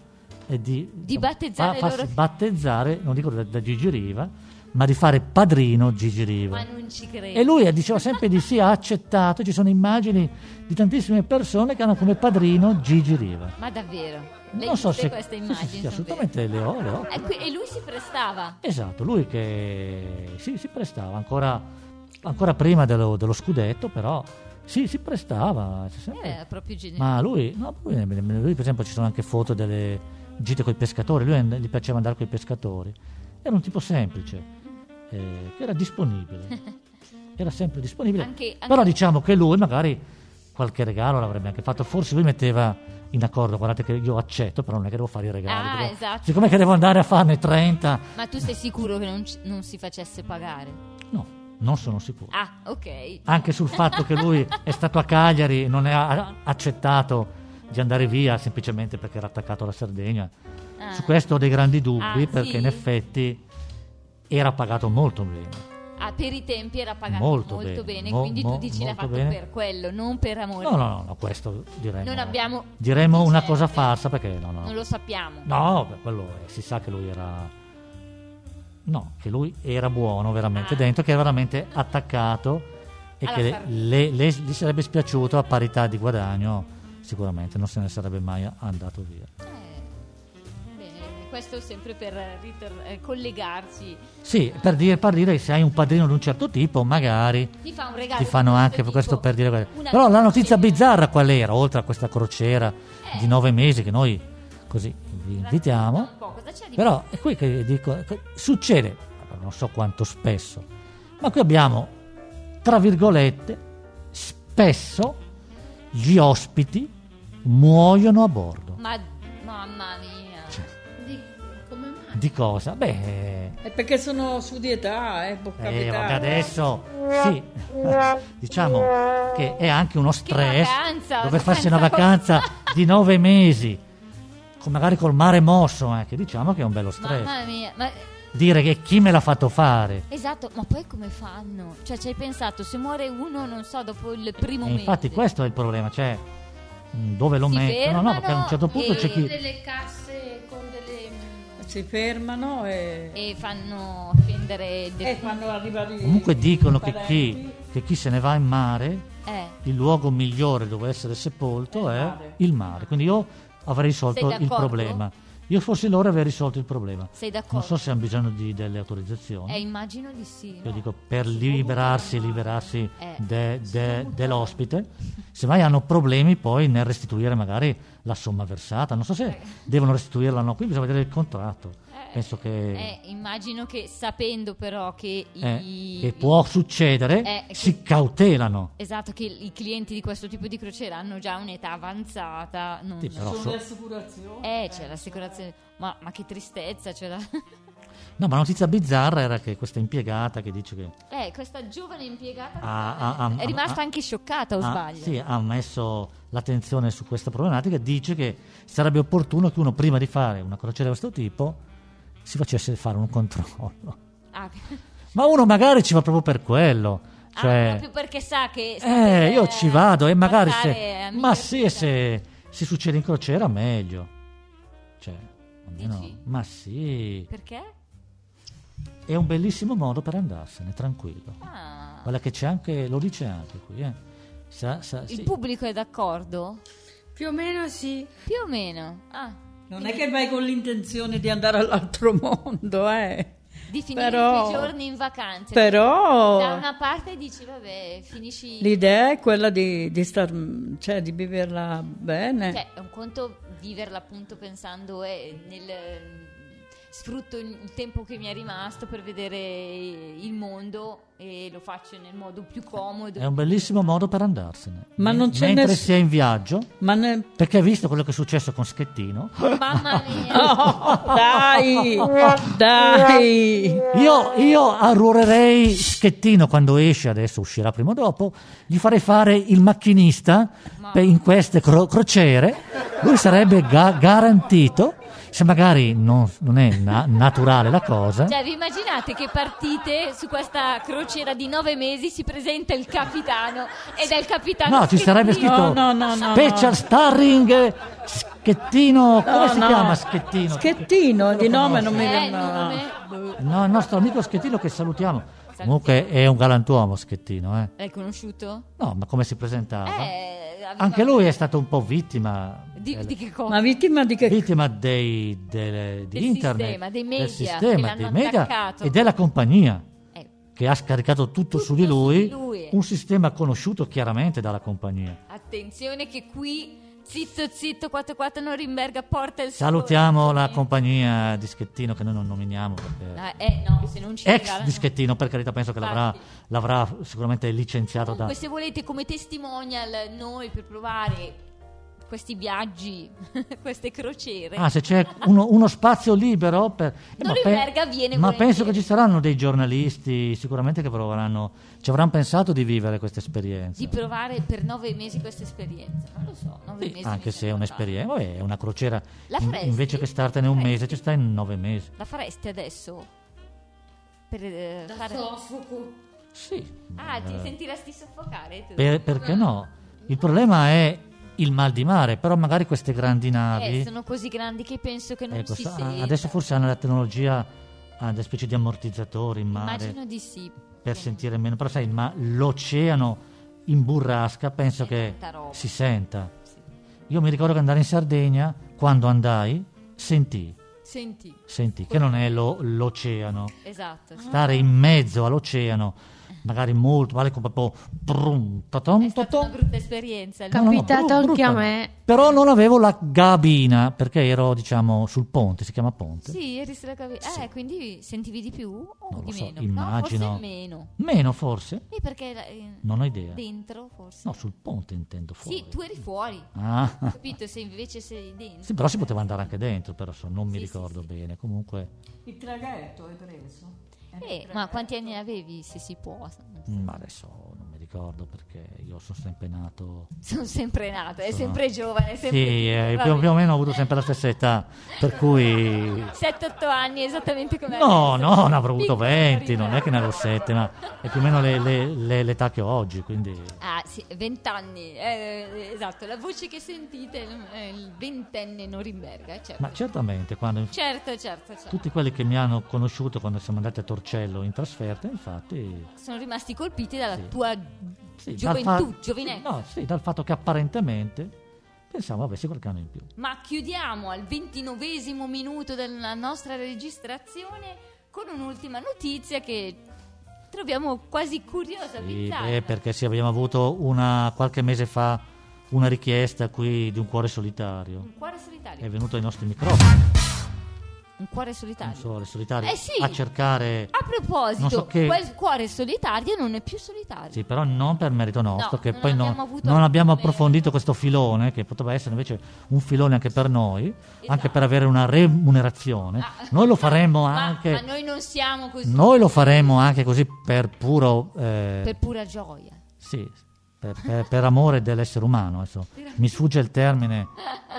C: eh, di,
B: Di battezzare i loro-
C: battezzare, non dico da, da Gigi Riva, ma di fare padrino Gigi Riva.
B: ma non ci credo
C: E lui diceva sempre di sì, ha accettato. Ci sono immagini di tantissime persone che hanno come padrino Gigi Riva.
B: Ma davvero? Le
C: Non so se.
B: queste
C: sì, sì,
B: immagini
C: sì,
B: sono
C: assolutamente le ho, le ho.
B: vere. Eh. E, qui- e lui si prestava.
C: Esatto, lui che sì, si prestava ancora, ancora prima dello, dello scudetto, però sì, si prestava. si è sempre-
B: Era proprio geniale.
C: Ma lui, no, lui, lui, per esempio, ci sono anche foto delle gite con i pescatori. Lui and- gli piaceva andare con i pescatori. Era un tipo semplice, eh, che
B: (laughs)
C: era disponibile. Era sempre disponibile.
B: Anche- anche-
C: Però diciamo che lui magari qualche regalo l'avrebbe anche fatto. Forse lui metteva in accordo, guardate che io accetto, però non è che devo fare i regali.
B: Ah,
C: devo-
B: esatto.
C: Siccome che devo andare a farne 30,
B: Ma, tu sei sicuro che non, ci- non si facesse pagare?
C: no, non sono sicuro.
B: Ah, ok.
C: Anche sul fatto che
B: (laughs)
C: lui è stato a Cagliari e non ha accettato di andare via semplicemente perché era attaccato alla Sardegna.
B: Ah.
C: Su questo ho dei grandi dubbi
B: Ah,
C: perché
B: sì?
C: in effetti era pagato molto bene.
B: Ah, per i tempi era pagato molto,
C: Molto
B: bene,
C: bene, mo-
B: quindi
C: mo-
B: tu dici l'ha
C: molto
B: fatto
C: bene.
B: per quello, non per amore.
C: No, no, no, no, questo diremmo.
B: Non abbiamo-
C: Diremmo una cosa
B: Certo.
C: falsa perché no, no.
B: Non lo sappiamo.
C: No, beh, quello è- si sa che lui era. No, che lui era buono veramente
B: Ah.
C: dentro, che era veramente attaccato e
B: Alla
C: che
B: Sardegna.
C: le, le- gli sarebbe spiaciuto a parità di guadagno. Sicuramente non se ne sarebbe mai andato via.
B: Eh, bene, questo sempre per ritor- eh, collegarci.
C: Sì, per dire, per dire che se hai un padrino di un certo tipo, magari
B: Ti fa un regalo.
C: ti fanno
B: di
C: anche
B: tipo,
C: questo per dire.
B: una
C: Però la
B: crociera.
C: notizia bizzarra qual era? Oltre a questa crociera
B: Eh.
C: di nove mesi che noi così vi invitiamo.
B: Racconta un po', cosa c'è di
C: Però è qui che dico, che succede, allora, non so quanto spesso, ma qui abbiamo, tra virgolette, spesso gli ospiti muoiono a bordo.
B: Ma mamma mia.
C: Cioè,
D: Di- come mai?
C: Di cosa? Beh,
A: È perché sono su di età, eh, può
C: eh, vabbè,
A: capitare.
C: adesso sì, (laughs) diciamo che è anche uno stress
B: vacanza, (laughs)
C: dove farsi una
B: vacanza.
C: vacanza di nove mesi, con- magari col mare mosso anche, diciamo che è un bello stress.
B: Mamma mia, ma
C: Dire che chi me l'ha fatto fare?
B: Esatto, ma poi come fanno? Cioè, ci hai pensato, se muore uno, non so, dopo il primo
C: E
B: mese.
C: Eh, infatti questo è il problema, cioè mh, dove lo
B: Si
C: mettono? No,
B: fermano
C: perché a un certo punto
B: e-
C: c'è chi...
D: delle casse con delle
A: Si fermano e...
B: E fanno offendere... de-
A: e quando arriva lì-
C: Comunque dicono che
A: parenti,
C: chi, che chi se ne va in mare,
B: Eh,
C: il luogo migliore dove essere sepolto
A: È il
C: è
A: mare.
C: il mare. Quindi io avrei risolto il
B: d'accordo?
C: problema. Io fossi loro avrei risolto il problema.
B: sei d'accordo?
C: Non so se hanno bisogno di delle autorizzazioni.
B: Eh, immagino di sì.
C: Io
B: no?
C: dico per liberarsi, liberarsi
B: Eh,
C: de- de- dell'ospite, semmai hanno problemi poi nel restituire magari la somma versata. Non so se devono restituirla o no, qui bisogna vedere il contratto.
B: Eh,
C: Penso che,
B: Eh, immagino che sapendo però che i...
C: eh, che può succedere,
B: Eh, che-
C: si cautelano.
B: Esatto, che i clienti di questo tipo di crociera hanno già un'età avanzata. Non
C: Sì,
B: so.
C: però
A: Sono
C: so-
A: le assicurazioni.
B: Eh, c'è l'assicurazione. Ma, ma che tristezza, c'è la... (laughs)
C: No, ma la notizia bizzarra era che questa impiegata che dice che
B: Eh, questa giovane impiegata
C: ha, ha- ha-
B: è rimasta
C: ha-
B: anche scioccata o
C: ha-
B: sbaglio?
C: Ah, sì, ha messo l'attenzione su questa problematica, dice che sarebbe opportuno che uno prima di fare una crociera di questo tipo si facesse fare un controllo. (laughs)
B: Ah,
C: Ma uno magari ci va proprio per quello.
B: ah,
C: Cioè,
B: proprio perché sa che eh, sta
C: eh,
B: per,
C: io ci vado e magari
B: passare a
C: se... Ma
B: miglior
C: sì, e
B: vita.
C: se, se succede in crociera meglio. Cioè, almeno...
B: Dici?
C: Ma sì,
B: (laughs) Perché?
C: è un bellissimo modo per andarsene, tranquillo.
B: Ah,
C: Guarda che c'è anche, lo dice anche qui, eh. Sa- sa-
B: il
C: sì.
B: pubblico è d'accordo?
D: Più o meno sì.
B: Più o meno. Ah,
A: Non è che vai con l'intenzione di andare all'altro (laughs) mondo, eh.
B: di finire
A: Però-
B: i tre giorni in vacanza. Da
A: Però
B: una parte dici, vabbè, finisci...
A: l'idea è quella di, di star, cioè di viverla bene.
B: Cioè, è un conto viverla appunto pensando eh, nel eh, sfrutto il il tempo che mi è rimasto per vedere eh, il mondo e lo faccio nel modo più comodo.
C: È un bellissimo modo per andarsene.
A: Ma
C: Me-
A: non c'è
C: Mentre
A: ness-
C: si è in viaggio,
A: Ma ne... (laughs)
C: perché hai visto quello che è successo con Schettino? (laughs)
B: Mamma mia!
A: Oh, dai, dai.
C: Io, io arruolerei Schettino quando esce, adesso uscirà prima o dopo, gli farei fare il macchinista per- in queste cro- crociere, lui sarebbe ga- garantito, se magari non, non è na- naturale la cosa,
B: Cioè, vi immaginate che partite su questa crociera di nove mesi, si presenta il capitano ed è il capitano...
C: No, ci sarebbe
B: Schettino.
C: scritto
A: No, no, no, no,
C: Special
A: no.
C: Starring eh, Schettino, come si
A: No, no.
C: chiama Schettino?
A: Schettino, di nome non mi
B: Eh, il
A: viene.
B: nome-
C: No, il nostro amico Schettino che salutiamo. Comunque è un galantuomo Schettino, eh.
B: L'hai conosciuto?
C: No, ma come si presentava?
B: Eh, aveva-
C: Ah, Anche lui è stato un po' vittima.
B: Di,
C: del-
B: di che cosa?
A: Ma vittima di che?
C: Vittima dei, delle- di
B: Del
C: internet,
B: sistema, dei media
C: del
B: che
C: sistema,
B: l'hanno
C: dei media
B: attaccato.
C: e della compagnia
B: Eh,
C: che ha scaricato tutto,
B: Tutto
C: su di lui,
B: su di lui.
C: un sistema conosciuto chiaramente dalla compagnia.
B: Attenzione che qui zitto zitto 44 Norimberga porta il Eh, suo
C: Salutiamo la compagnia di Schettino che noi non nominiamo perché...
B: Ah, eh no, se non ci
C: ex
B: regalano-
C: dischettino per carità penso che l'avrà,
B: Infatti.
C: l'avrà sicuramente licenziato da
B: Comunque se volete come testimonial noi per provare questi viaggi, (laughs) queste crociere.
C: ah se c'è uno, uno spazio libero per eh,
B: Dori Verga viene
C: ma
B: volentieri.
C: penso che ci saranno dei giornalisti sicuramente che proveranno ci avranno pensato di vivere questa esperienza
B: Di provare per nove mesi questa esperienza. Non lo so, nove
C: Sì,
B: mesi.
C: anche
B: mi
C: se è
B: sembra
C: un'esperienza vabbè, è una crociera
B: La
C: In-
B: faresti?
C: invece che startene un mese
B: Faresti?
C: ci stai in nove mesi
B: tanto. La faresti adesso? Per eh, fare...
C: sì Eh,
B: Ah, ti sentiresti soffocare tu? Eh,
C: Per- perché no il problema è il mal di mare però magari queste grandi navi
B: Eh, sono così grandi che penso che non
C: Ecco,
B: si
C: sa-
B: senta.
C: adesso forse hanno la tecnologia, hanno delle specie di ammortizzatori in mare
B: Immagino di sì.
C: per sentire meno, però sai, ma l'oceano in burrasca penso
B: C'è
C: che
B: tanta roba.
C: si senta.
B: Sì.
C: Io mi ricordo che andare in Sardegna, quando andai, sentì,
B: Senti,
C: sentì che non è lo- l'oceano.
B: esatto. sì.
C: Stare in mezzo all'oceano, magari molto, vale come proprio... brum, tatom,
B: È stata
C: tatom.
B: una brutta esperienza. il
D: Cap-
C: No, no,
D: Capitato
C: bru-
D: anche
C: brutta
D: a
C: no.
D: me.
C: Però non avevo la gabina, perché ero, diciamo, sul ponte, si chiama ponte.
B: Sì, eri sulla cavi- Eh, quindi sentivi di più o
C: Non lo
B: di
C: so,
B: meno?
C: immagino.
B: No, forse meno.
C: Meno forse?
B: E perché la- eh,
C: Non ho idea.
B: dentro forse?
C: No, sul ponte intendo fuori.
B: Sì, tu eri fuori,
C: Ah.
B: capito? Se invece sei dentro.
C: Sì, però si poteva andare anche dentro, però so, non mi
B: Sì, sì,
C: ricordo
B: sì.
C: bene. Comunque,
A: Il traghetto hai preso?
B: Eh, ma quanti anni avevi, se si può?
C: ma mm, adesso non mi ricordo perché io sono sempre nato.
B: Sono sempre nato, è
C: Sono-
B: sempre giovane. è
C: Sì,
B: Sempre
C: eh,
B: Va
C: più,
B: bene.
C: più o meno ho avuto sempre la stessa età,
B: (laughs)
C: per cui
B: 7-8 anni, esattamente come
C: No,
B: adesso.
C: no, ne avrò avuto
B: Piccola
C: 20, non è
B: carità.
C: che ne avevo 7, ma è più o meno le- le- le- l'età che ho oggi, quindi
B: Ah, sì, 20 anni, eh, esatto, la voce che sentite è il ventenne Norimberga, certo.
C: ma certamente quando
B: Certo, certo, certo.
C: tutti quelli che mi hanno conosciuto quando siamo andati a Torcello in trasferta, infatti
B: Sono rimasti colpiti dalla
C: Sì.
B: tua
C: Sì, dal
B: gioventù,
C: fa-
B: giovinezza.
C: No, sì, dal fatto che apparentemente pensavo avessi qualche anno in più.
B: Ma chiudiamo al ventinovesimo minuto della nostra registrazione con un'ultima notizia che troviamo quasi curiosa,
C: Sì,
B: bizzarra.
C: beh, perché sì, abbiamo avuto una, qualche mese fa una
B: Mm.
C: richiesta qui di un cuore solitario.
B: Un cuore solitario.
C: È venuto ai nostri microfoni.
B: Un cuore solitario.
C: Eh, non so, le solitarie,
B: Eh sì.
C: a cercare...
B: A proposito,
C: Non so che-
B: quel cuore solitario non è più solitario.
C: Sì, però non per merito nostro,
B: No,
C: che
B: non
C: poi non,
B: abbiamo avuto
C: non abbiamo
B: alcune-
C: approfondito questo filone, che poteva essere invece un filone anche per noi, anche
B: Esatto.
C: per avere una remunerazione.
B: Ah.
C: Noi lo faremmo
B: (laughs) Ma-
C: anche...
B: Ma, noi non siamo così.
C: Noi lo faremmo anche così per puro... eh,
B: Per pura gioia.
C: Sì, per, per- per amore dell'essere umano. adesso. Mi sfugge il termine.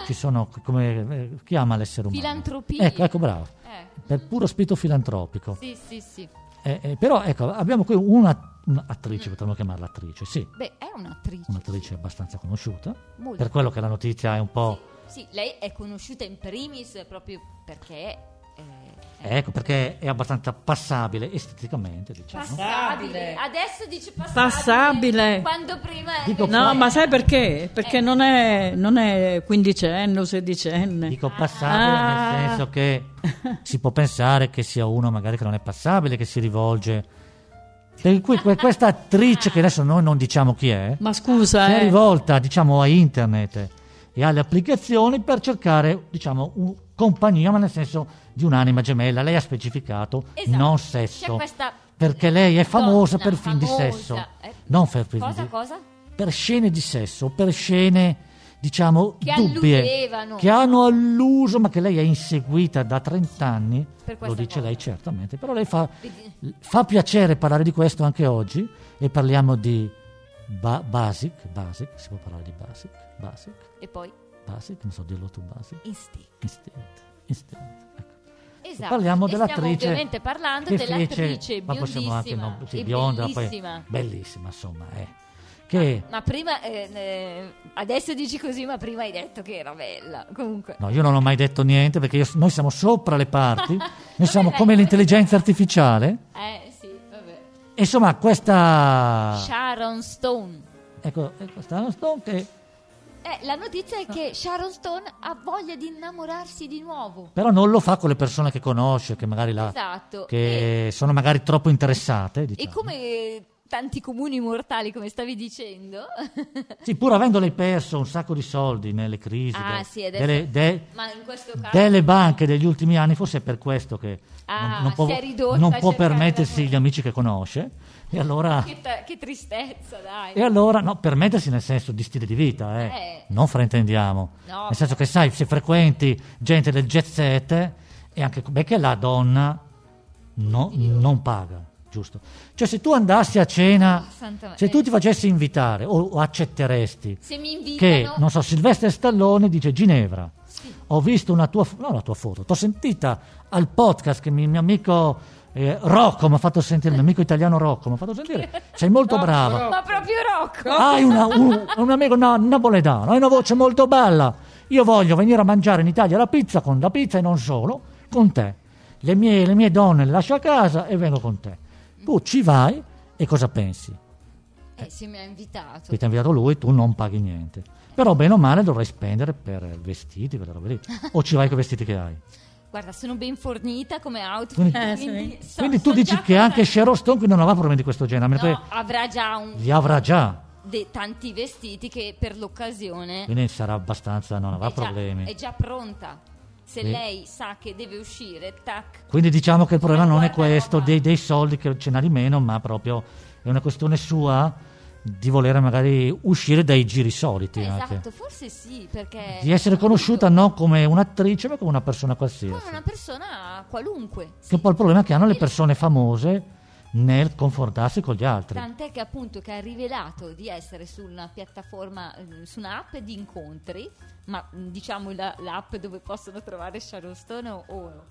C: Ci sono, come eh, chi ama l'essere umano?
B: Filantropia.
C: Ecco, ecco, bravo.
B: Eh,
C: Per puro spirito filantropico.
B: sì, sì, sì.
C: Eh, eh, però ecco, abbiamo qui una, un'attrice, potremmo chiamarla attrice, sì,
B: Beh, è un'attrice.
C: un'attrice abbastanza conosciuta.
B: Molto.
C: Per quello che la notizia è un po'...
B: Sì, lei è conosciuta in primis proprio perché... eh, è
C: Ecco, perché è abbastanza passabile esteticamente, diciamo.
B: Passabile. Adesso dice passabile.
A: Passabile.
B: Quando prima... Eh.
C: Dico
A: No, ma sai perché? Perché non è, non è quindicenne o sedicenne.
C: Dico passabile
A: Ah.
C: nel senso che
B: (laughs)
C: si può pensare che sia uno magari che non è passabile, che si rivolge. Per cui que- questa attrice, che adesso noi non diciamo chi è,
A: Ma scusa,
C: si è
A: eh.
C: rivolta diciamo a internet e alle applicazioni per cercare diciamo un- compagnia, ma nel senso di un'anima gemella. Lei ha specificato
B: Esatto.
C: non
B: C'è
C: sesso.
B: questa
C: Perché lei è famosa
B: donna
C: per film di
B: famosa,
C: sesso,
B: eh.
C: non per film
B: Cosa,
C: di
B: cosa?
C: per scene di sesso, per scene diciamo
B: Che
C: dubbie,
B: alludevano.
C: che hanno alluso, ma che lei è inseguita da 30 anni,
B: Per
C: lo
B: questa
C: dice
B: cosa.
C: lei certamente, però lei fa, fa piacere parlare di questo anche oggi e parliamo di ba- Basic, Basic, si può parlare di Basic, Basic,
B: E poi
C: Basic, non so dirlo tu Basic,
B: instinto.
C: Instinct, Instinct. ecco.
B: Esatto.
C: Parliamo
B: e
C: dell'attrice.
B: Stiamo ovviamente parlando
C: che
B: dell'attrice
C: fece- ma possiamo anche
B: biondissima.
C: no- sì,
B: e
C: bionda, poi-
B: bellissima.
C: bellissima insomma, eh, che...
B: Ma prima, eh, eh, adesso dici così, ma prima hai detto che era bella. Comunque,
C: No, io non ho mai detto niente perché io- noi siamo sopra
B: (laughs)
C: le parti, noi siamo
B: dai.
C: come l'intelligenza artificiale.
B: eh sì, vabbè.
C: E Insomma, questa.
B: Sharon Stone.
C: Ecco, ecco Sharon Stone che.
B: Eh, la notizia è che Sharon Stone ha voglia di innamorarsi di nuovo.
C: Però non lo fa con le persone che conosce, che magari la.
B: Esatto. E,
C: che sono magari troppo interessate.
B: e
C: Diciamo.
B: come eh, tanti comuni mortali, come stavi dicendo, (laughs)
C: Sì, pur avendo lei perso un sacco di soldi nelle crisi
B: Ah,
C: de-
B: sì, adesso-
C: delle, de-
B: ma in questo caso...
C: delle banche degli ultimi anni, forse è per questo che
B: Ah,
C: non, non può,
B: si è ridotta
C: non
B: a
C: può
B: cercare
C: permettersi
B: lavoro.
C: gli amici che conosce. E allora.
B: Che, ta- che tristezza, dai.
C: E allora, no, permettersi nel senso di stile di vita, eh.
B: Eh.
C: non fraintendiamo.
B: No.
C: Nel senso che, sai, se frequenti gente del jet set, e anche perché la donna no- non paga, giusto? Cioè, se tu andassi a cena,
B: Santa-
C: se tu
B: eh.
C: ti facessi invitare o, o accetteresti,
B: Se mi
C: che,
B: invitano...
C: non so, Silvestre Stallone dice Ginevra. Ho visto una tua, fo- no, la tua foto, t'ho sentita al podcast che mi- mio amico eh, Rocco mi ha fatto sentire, il mio amico italiano Rocco mi ha fatto
B: (laughs)
C: sentire, sei molto brava,
B: Ma proprio Rocco!
C: hai una- un, un amico na- napoletano, hai una voce molto bella. Io voglio venire a mangiare in Italia la pizza con la pizza e non solo, con te. Le mie, le mie donne le lascio a casa e vengo con te. Tu ci vai e cosa pensi?
B: Eh, se mi ha invitato.
C: Che ti ha inviato lui, tu non paghi niente. Però bene o male dovrai spendere per vestiti, per le robe lì. O ci vai con i vestiti che hai.
B: Guarda, sono ben fornita come outfit.
C: Quindi-
B: Quindi,
A: Eh, sì.
B: so-
C: Quindi
B: so
C: tu dici
B: già
C: che
B: cosa-
C: anche Sheryl Stone qui non avrà problemi di questo genere, perché
B: No, avrà già un-
C: li avrà già.
B: de- tanti vestiti che per l'occasione
C: Quindi sarà abbastanza, non avrà
B: è, già,
C: problemi.
B: è già pronta. Se
C: Sì.
B: lei sa che deve uscire, tac.
C: Quindi diciamo che il problema non è
B: Guarda,
C: questo
B: no,
C: dei, dei soldi che ce n'ha di meno, ma proprio è una questione sua di volere magari uscire dai giri soliti. anche.
B: esatto, forse sì, perché...
C: Di essere conosciuta
B: appunto,
C: non come un'attrice, ma come una persona qualsiasi.
B: come una persona qualunque.
C: Che
B: sì.
C: è poi il problema che hanno le
B: Sì.
C: persone famose nel confrontarsi con gli altri.
B: Tant'è che appunto che ha rivelato di essere su una piattaforma, eh, su un'app di incontri, ma mh, diciamo la- l'app dove possono trovare Sharon Stone o... o-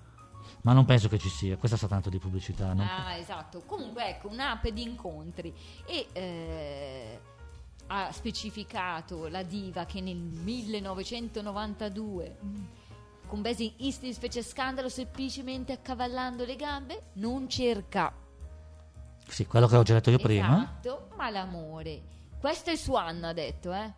C: Ma non penso che ci sia, questa sa tanto di pubblicità. no?
B: Ah, esatto. Comunque ecco, un'app di incontri. E eh, ha specificato la diva che nel 1992... Con Basil Easton fece scandalo semplicemente accavallando le gambe, non cerca
C: Sì, quello che ho già detto io prima.
B: Esatto, ma l'amore. Questo è suo anno, ha detto, eh?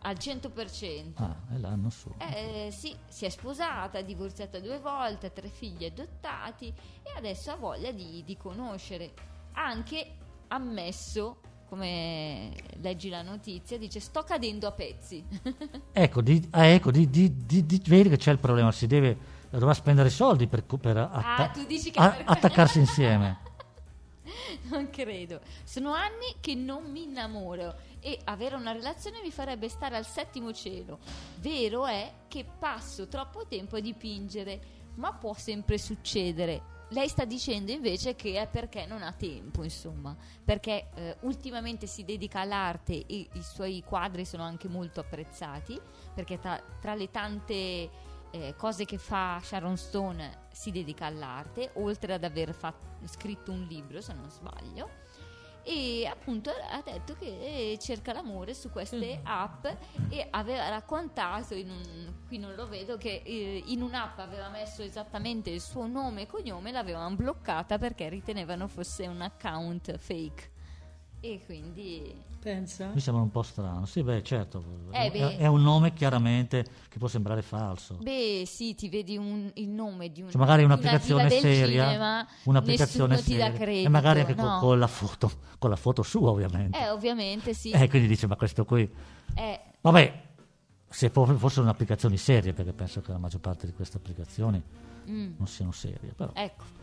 B: Al 100%.
C: Ah, è l'anno su.
B: Eh, sì, si è sposata, divorziata due volte, ha tre figli adottati e adesso ha voglia di, di conoscere. Ha anche ammesso, come leggi la notizia, dice sto cadendo a pezzi. (laughs)
C: Ecco, di, ah, ecco di, di- di- di- vedi che c'è il problema, si deve dovrà spendere soldi per, co- per atta-
B: Ah, tu dici che
C: a-
B: per-
C: attaccarsi insieme.
B: (laughs) Non credo. Sono anni che non mi innamoro e avere una relazione mi farebbe stare al settimo cielo. Vero è che passo troppo tempo a dipingere, ma può sempre succedere. Lei sta dicendo invece che è perché non ha tempo, insomma, perché eh, ultimamente si dedica all'arte e i suoi quadri sono anche molto apprezzati, perché tra, tra le tante eh, cose che fa Sharon Stone si dedica all'arte, oltre ad aver fat- scritto un libro, se non sbaglio. E appunto ha detto che eh, cerca l'amore su queste app e aveva raccontato, in un- qui non lo vedo, che eh, in un'app aveva messo esattamente il suo nome e cognome e l'avevano bloccata perché ritenevano fosse un account fake. E quindi
A: Pensa.
C: Mi sembra un po' strano. Sì, beh, certo.
B: Eh,
C: è-
B: beh.
C: È, un nome chiaramente che può sembrare falso.
B: Beh, sì, ti vedi un- il nome di un,
C: Esatto. Cioè, magari
B: di
C: un'applicazione
B: una diva del
C: seria,
B: cinema,
C: un'applicazione
B: nessuno ti
C: seria.
B: dà credito.
C: e magari anche co-
B: no.
C: con la foto, con la foto sua, ovviamente.
B: Eh, ovviamente sì.
C: Eh, quindi dice, ma questo qui.
B: Eh,
C: Vabbè, se po- fossero applicazioni serie, perché penso che la maggior parte di queste applicazioni
B: mm,
C: non siano serie, però,
B: ecco.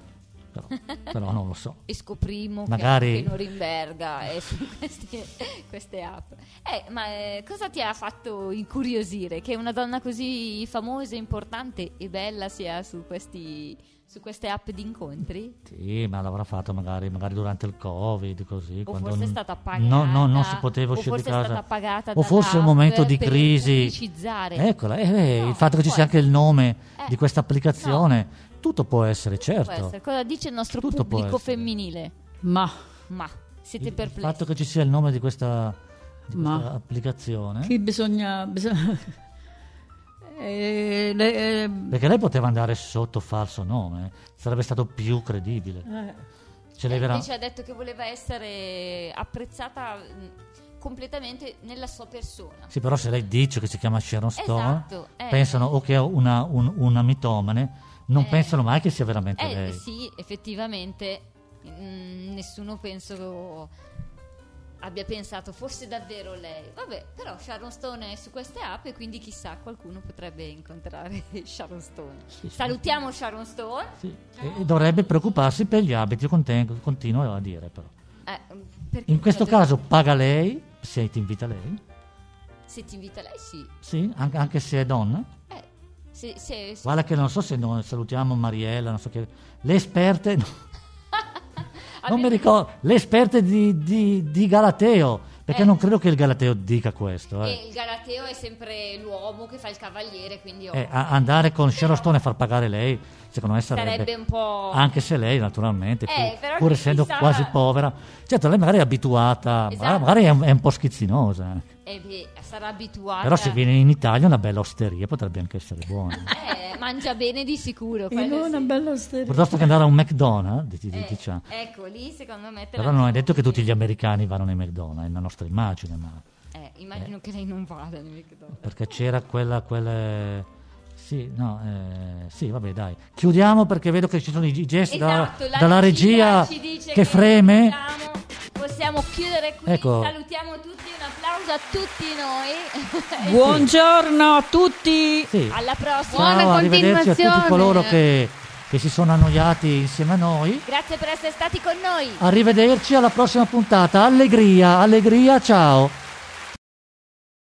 C: però,
B: Eh.
C: però non lo so.
B: E scoprimo
C: Magari-
B: che anche Norimberga è su (laughs) queste, queste app. Eh, ma eh, cosa ti ha fatto incuriosire? Che una donna così famosa, importante e bella sia su, questi, su queste app di incontri?
C: Sì, ma l'avrà fatto magari, magari durante il Covid, così.
B: O
C: quando
B: forse è
C: non-
B: stata pagata.
C: no- no- non si poteva
B: o
C: uscire di
B: forse è
C: casa.
B: stata pagata
C: o forse è un
B: dall'app
C: momento di
B: per
C: crisi.
B: pubblicizzare.
C: Eccola, eh, eh,
B: No,
C: il fatto che ci
B: può
C: sia anche il nome
B: Eh,
C: di questa applicazione, tutto può essere,
B: Può
C: certo.
B: essere. Cosa dice il nostro
C: Tutto può
B: pubblico
C: essere.
B: femminile?
A: Ma
B: Ma
C: Il-
B: siete
C: il
B: perplessi?
C: fatto che ci sia il nome di questa, di
A: Ma-
C: questa applicazione.
A: qui bisogna... bisogna- (laughs) Eh, le- eh,
C: Perché lei poteva andare sotto falso nome, eh, sarebbe stato più credibile.
A: eh,
C: Ce
B: Lei
C: l'aveva-
B: invece ha detto che voleva essere apprezzata mh, completamente nella sua persona.
C: Sì, però se lei dice che si chiama Sharon Stone,
B: Esatto, eh.
C: pensano o che è una, un- una mitomane, non
B: Eh.
C: pensano mai che sia veramente
B: Eh
C: lei.
B: sì, effettivamente mh, nessuno penso abbia pensato fosse davvero lei. Vabbè, però Sharon Stone è su queste app e quindi chissà qualcuno potrebbe incontrare (laughs) Sharon Stone.
C: Sì, sì.
B: Salutiamo Sharon Stone.
C: Sì, E, e dovrebbe preoccuparsi per gli abiti, io conten- continuo a dire però.
B: Eh, perché
C: In questo
B: cioè,
C: caso paga lei, se ti invita lei,
B: se ti invita lei sì.
C: sì, an- anche se è donna.
B: Eh, se- se- se-
C: Guarda che non so se non salutiamo Mariella, non so che... Le esperte... (laughs) no. non mi ricordo, le esperte di, di- di Galateo, perché
B: Eh.
C: non credo che il Galateo dica questo. eh.
B: E il Galateo è sempre l'uomo che fa il cavaliere, quindi oh,
C: Eh, a- andare con Sharon Stone e far pagare lei, secondo me sarebbe...
B: sarebbe un po'...
C: Anche se lei, naturalmente,
B: Eh,
C: pur,
B: però
C: pur
B: chi
C: essendo
B: sa-
C: quasi povera, certo, lei magari è abituata,
B: Esatto.
C: magari è un, è un po' schizzinosa, anche.
B: Eh beh, sarà abituata.
C: però se viene in Italia una bella osteria potrebbe anche essere buona.
B: (laughs) Eh, mangia bene di (laughs) sicuro.
A: in
B: quello
A: una
B: sì.
A: eh, bella storia.
C: Piuttosto che andare a un McDonald's, di- di-
B: Eh,
C: diciamo.
B: Ecco, lì secondo me... te la
C: Però non è
B: tiro.
C: detto che tutti gli americani vanno nei McDonald's, è la nostra immagine, ma
B: Eh, immagino che lei non vada nei McDonald's.
C: perché c'era quella, quelle... Sì, no, eh, sì, vabbè, dai. Chiudiamo perché vedo che ci sono i i gesti da-
B: Esatto, la
C: dalla regia,
B: ci dice
C: che freme.
B: possiamo, possiamo chiudere qui.
C: Ecco.
B: Salutiamo tutti, un applauso a tutti
A: Cioè, eh,
B: noi.
A: Buongiorno a tutti!
C: Sì.
B: (laughs) Alla prossima.
D: Buona
C: Ciao, arrivederci a tutti
D: continuazione.
C: coloro che, che si sono annoiati insieme a noi.
B: Grazie per essere stati con noi.
C: Arrivederci alla prossima puntata. Allegria, allegria, ciao.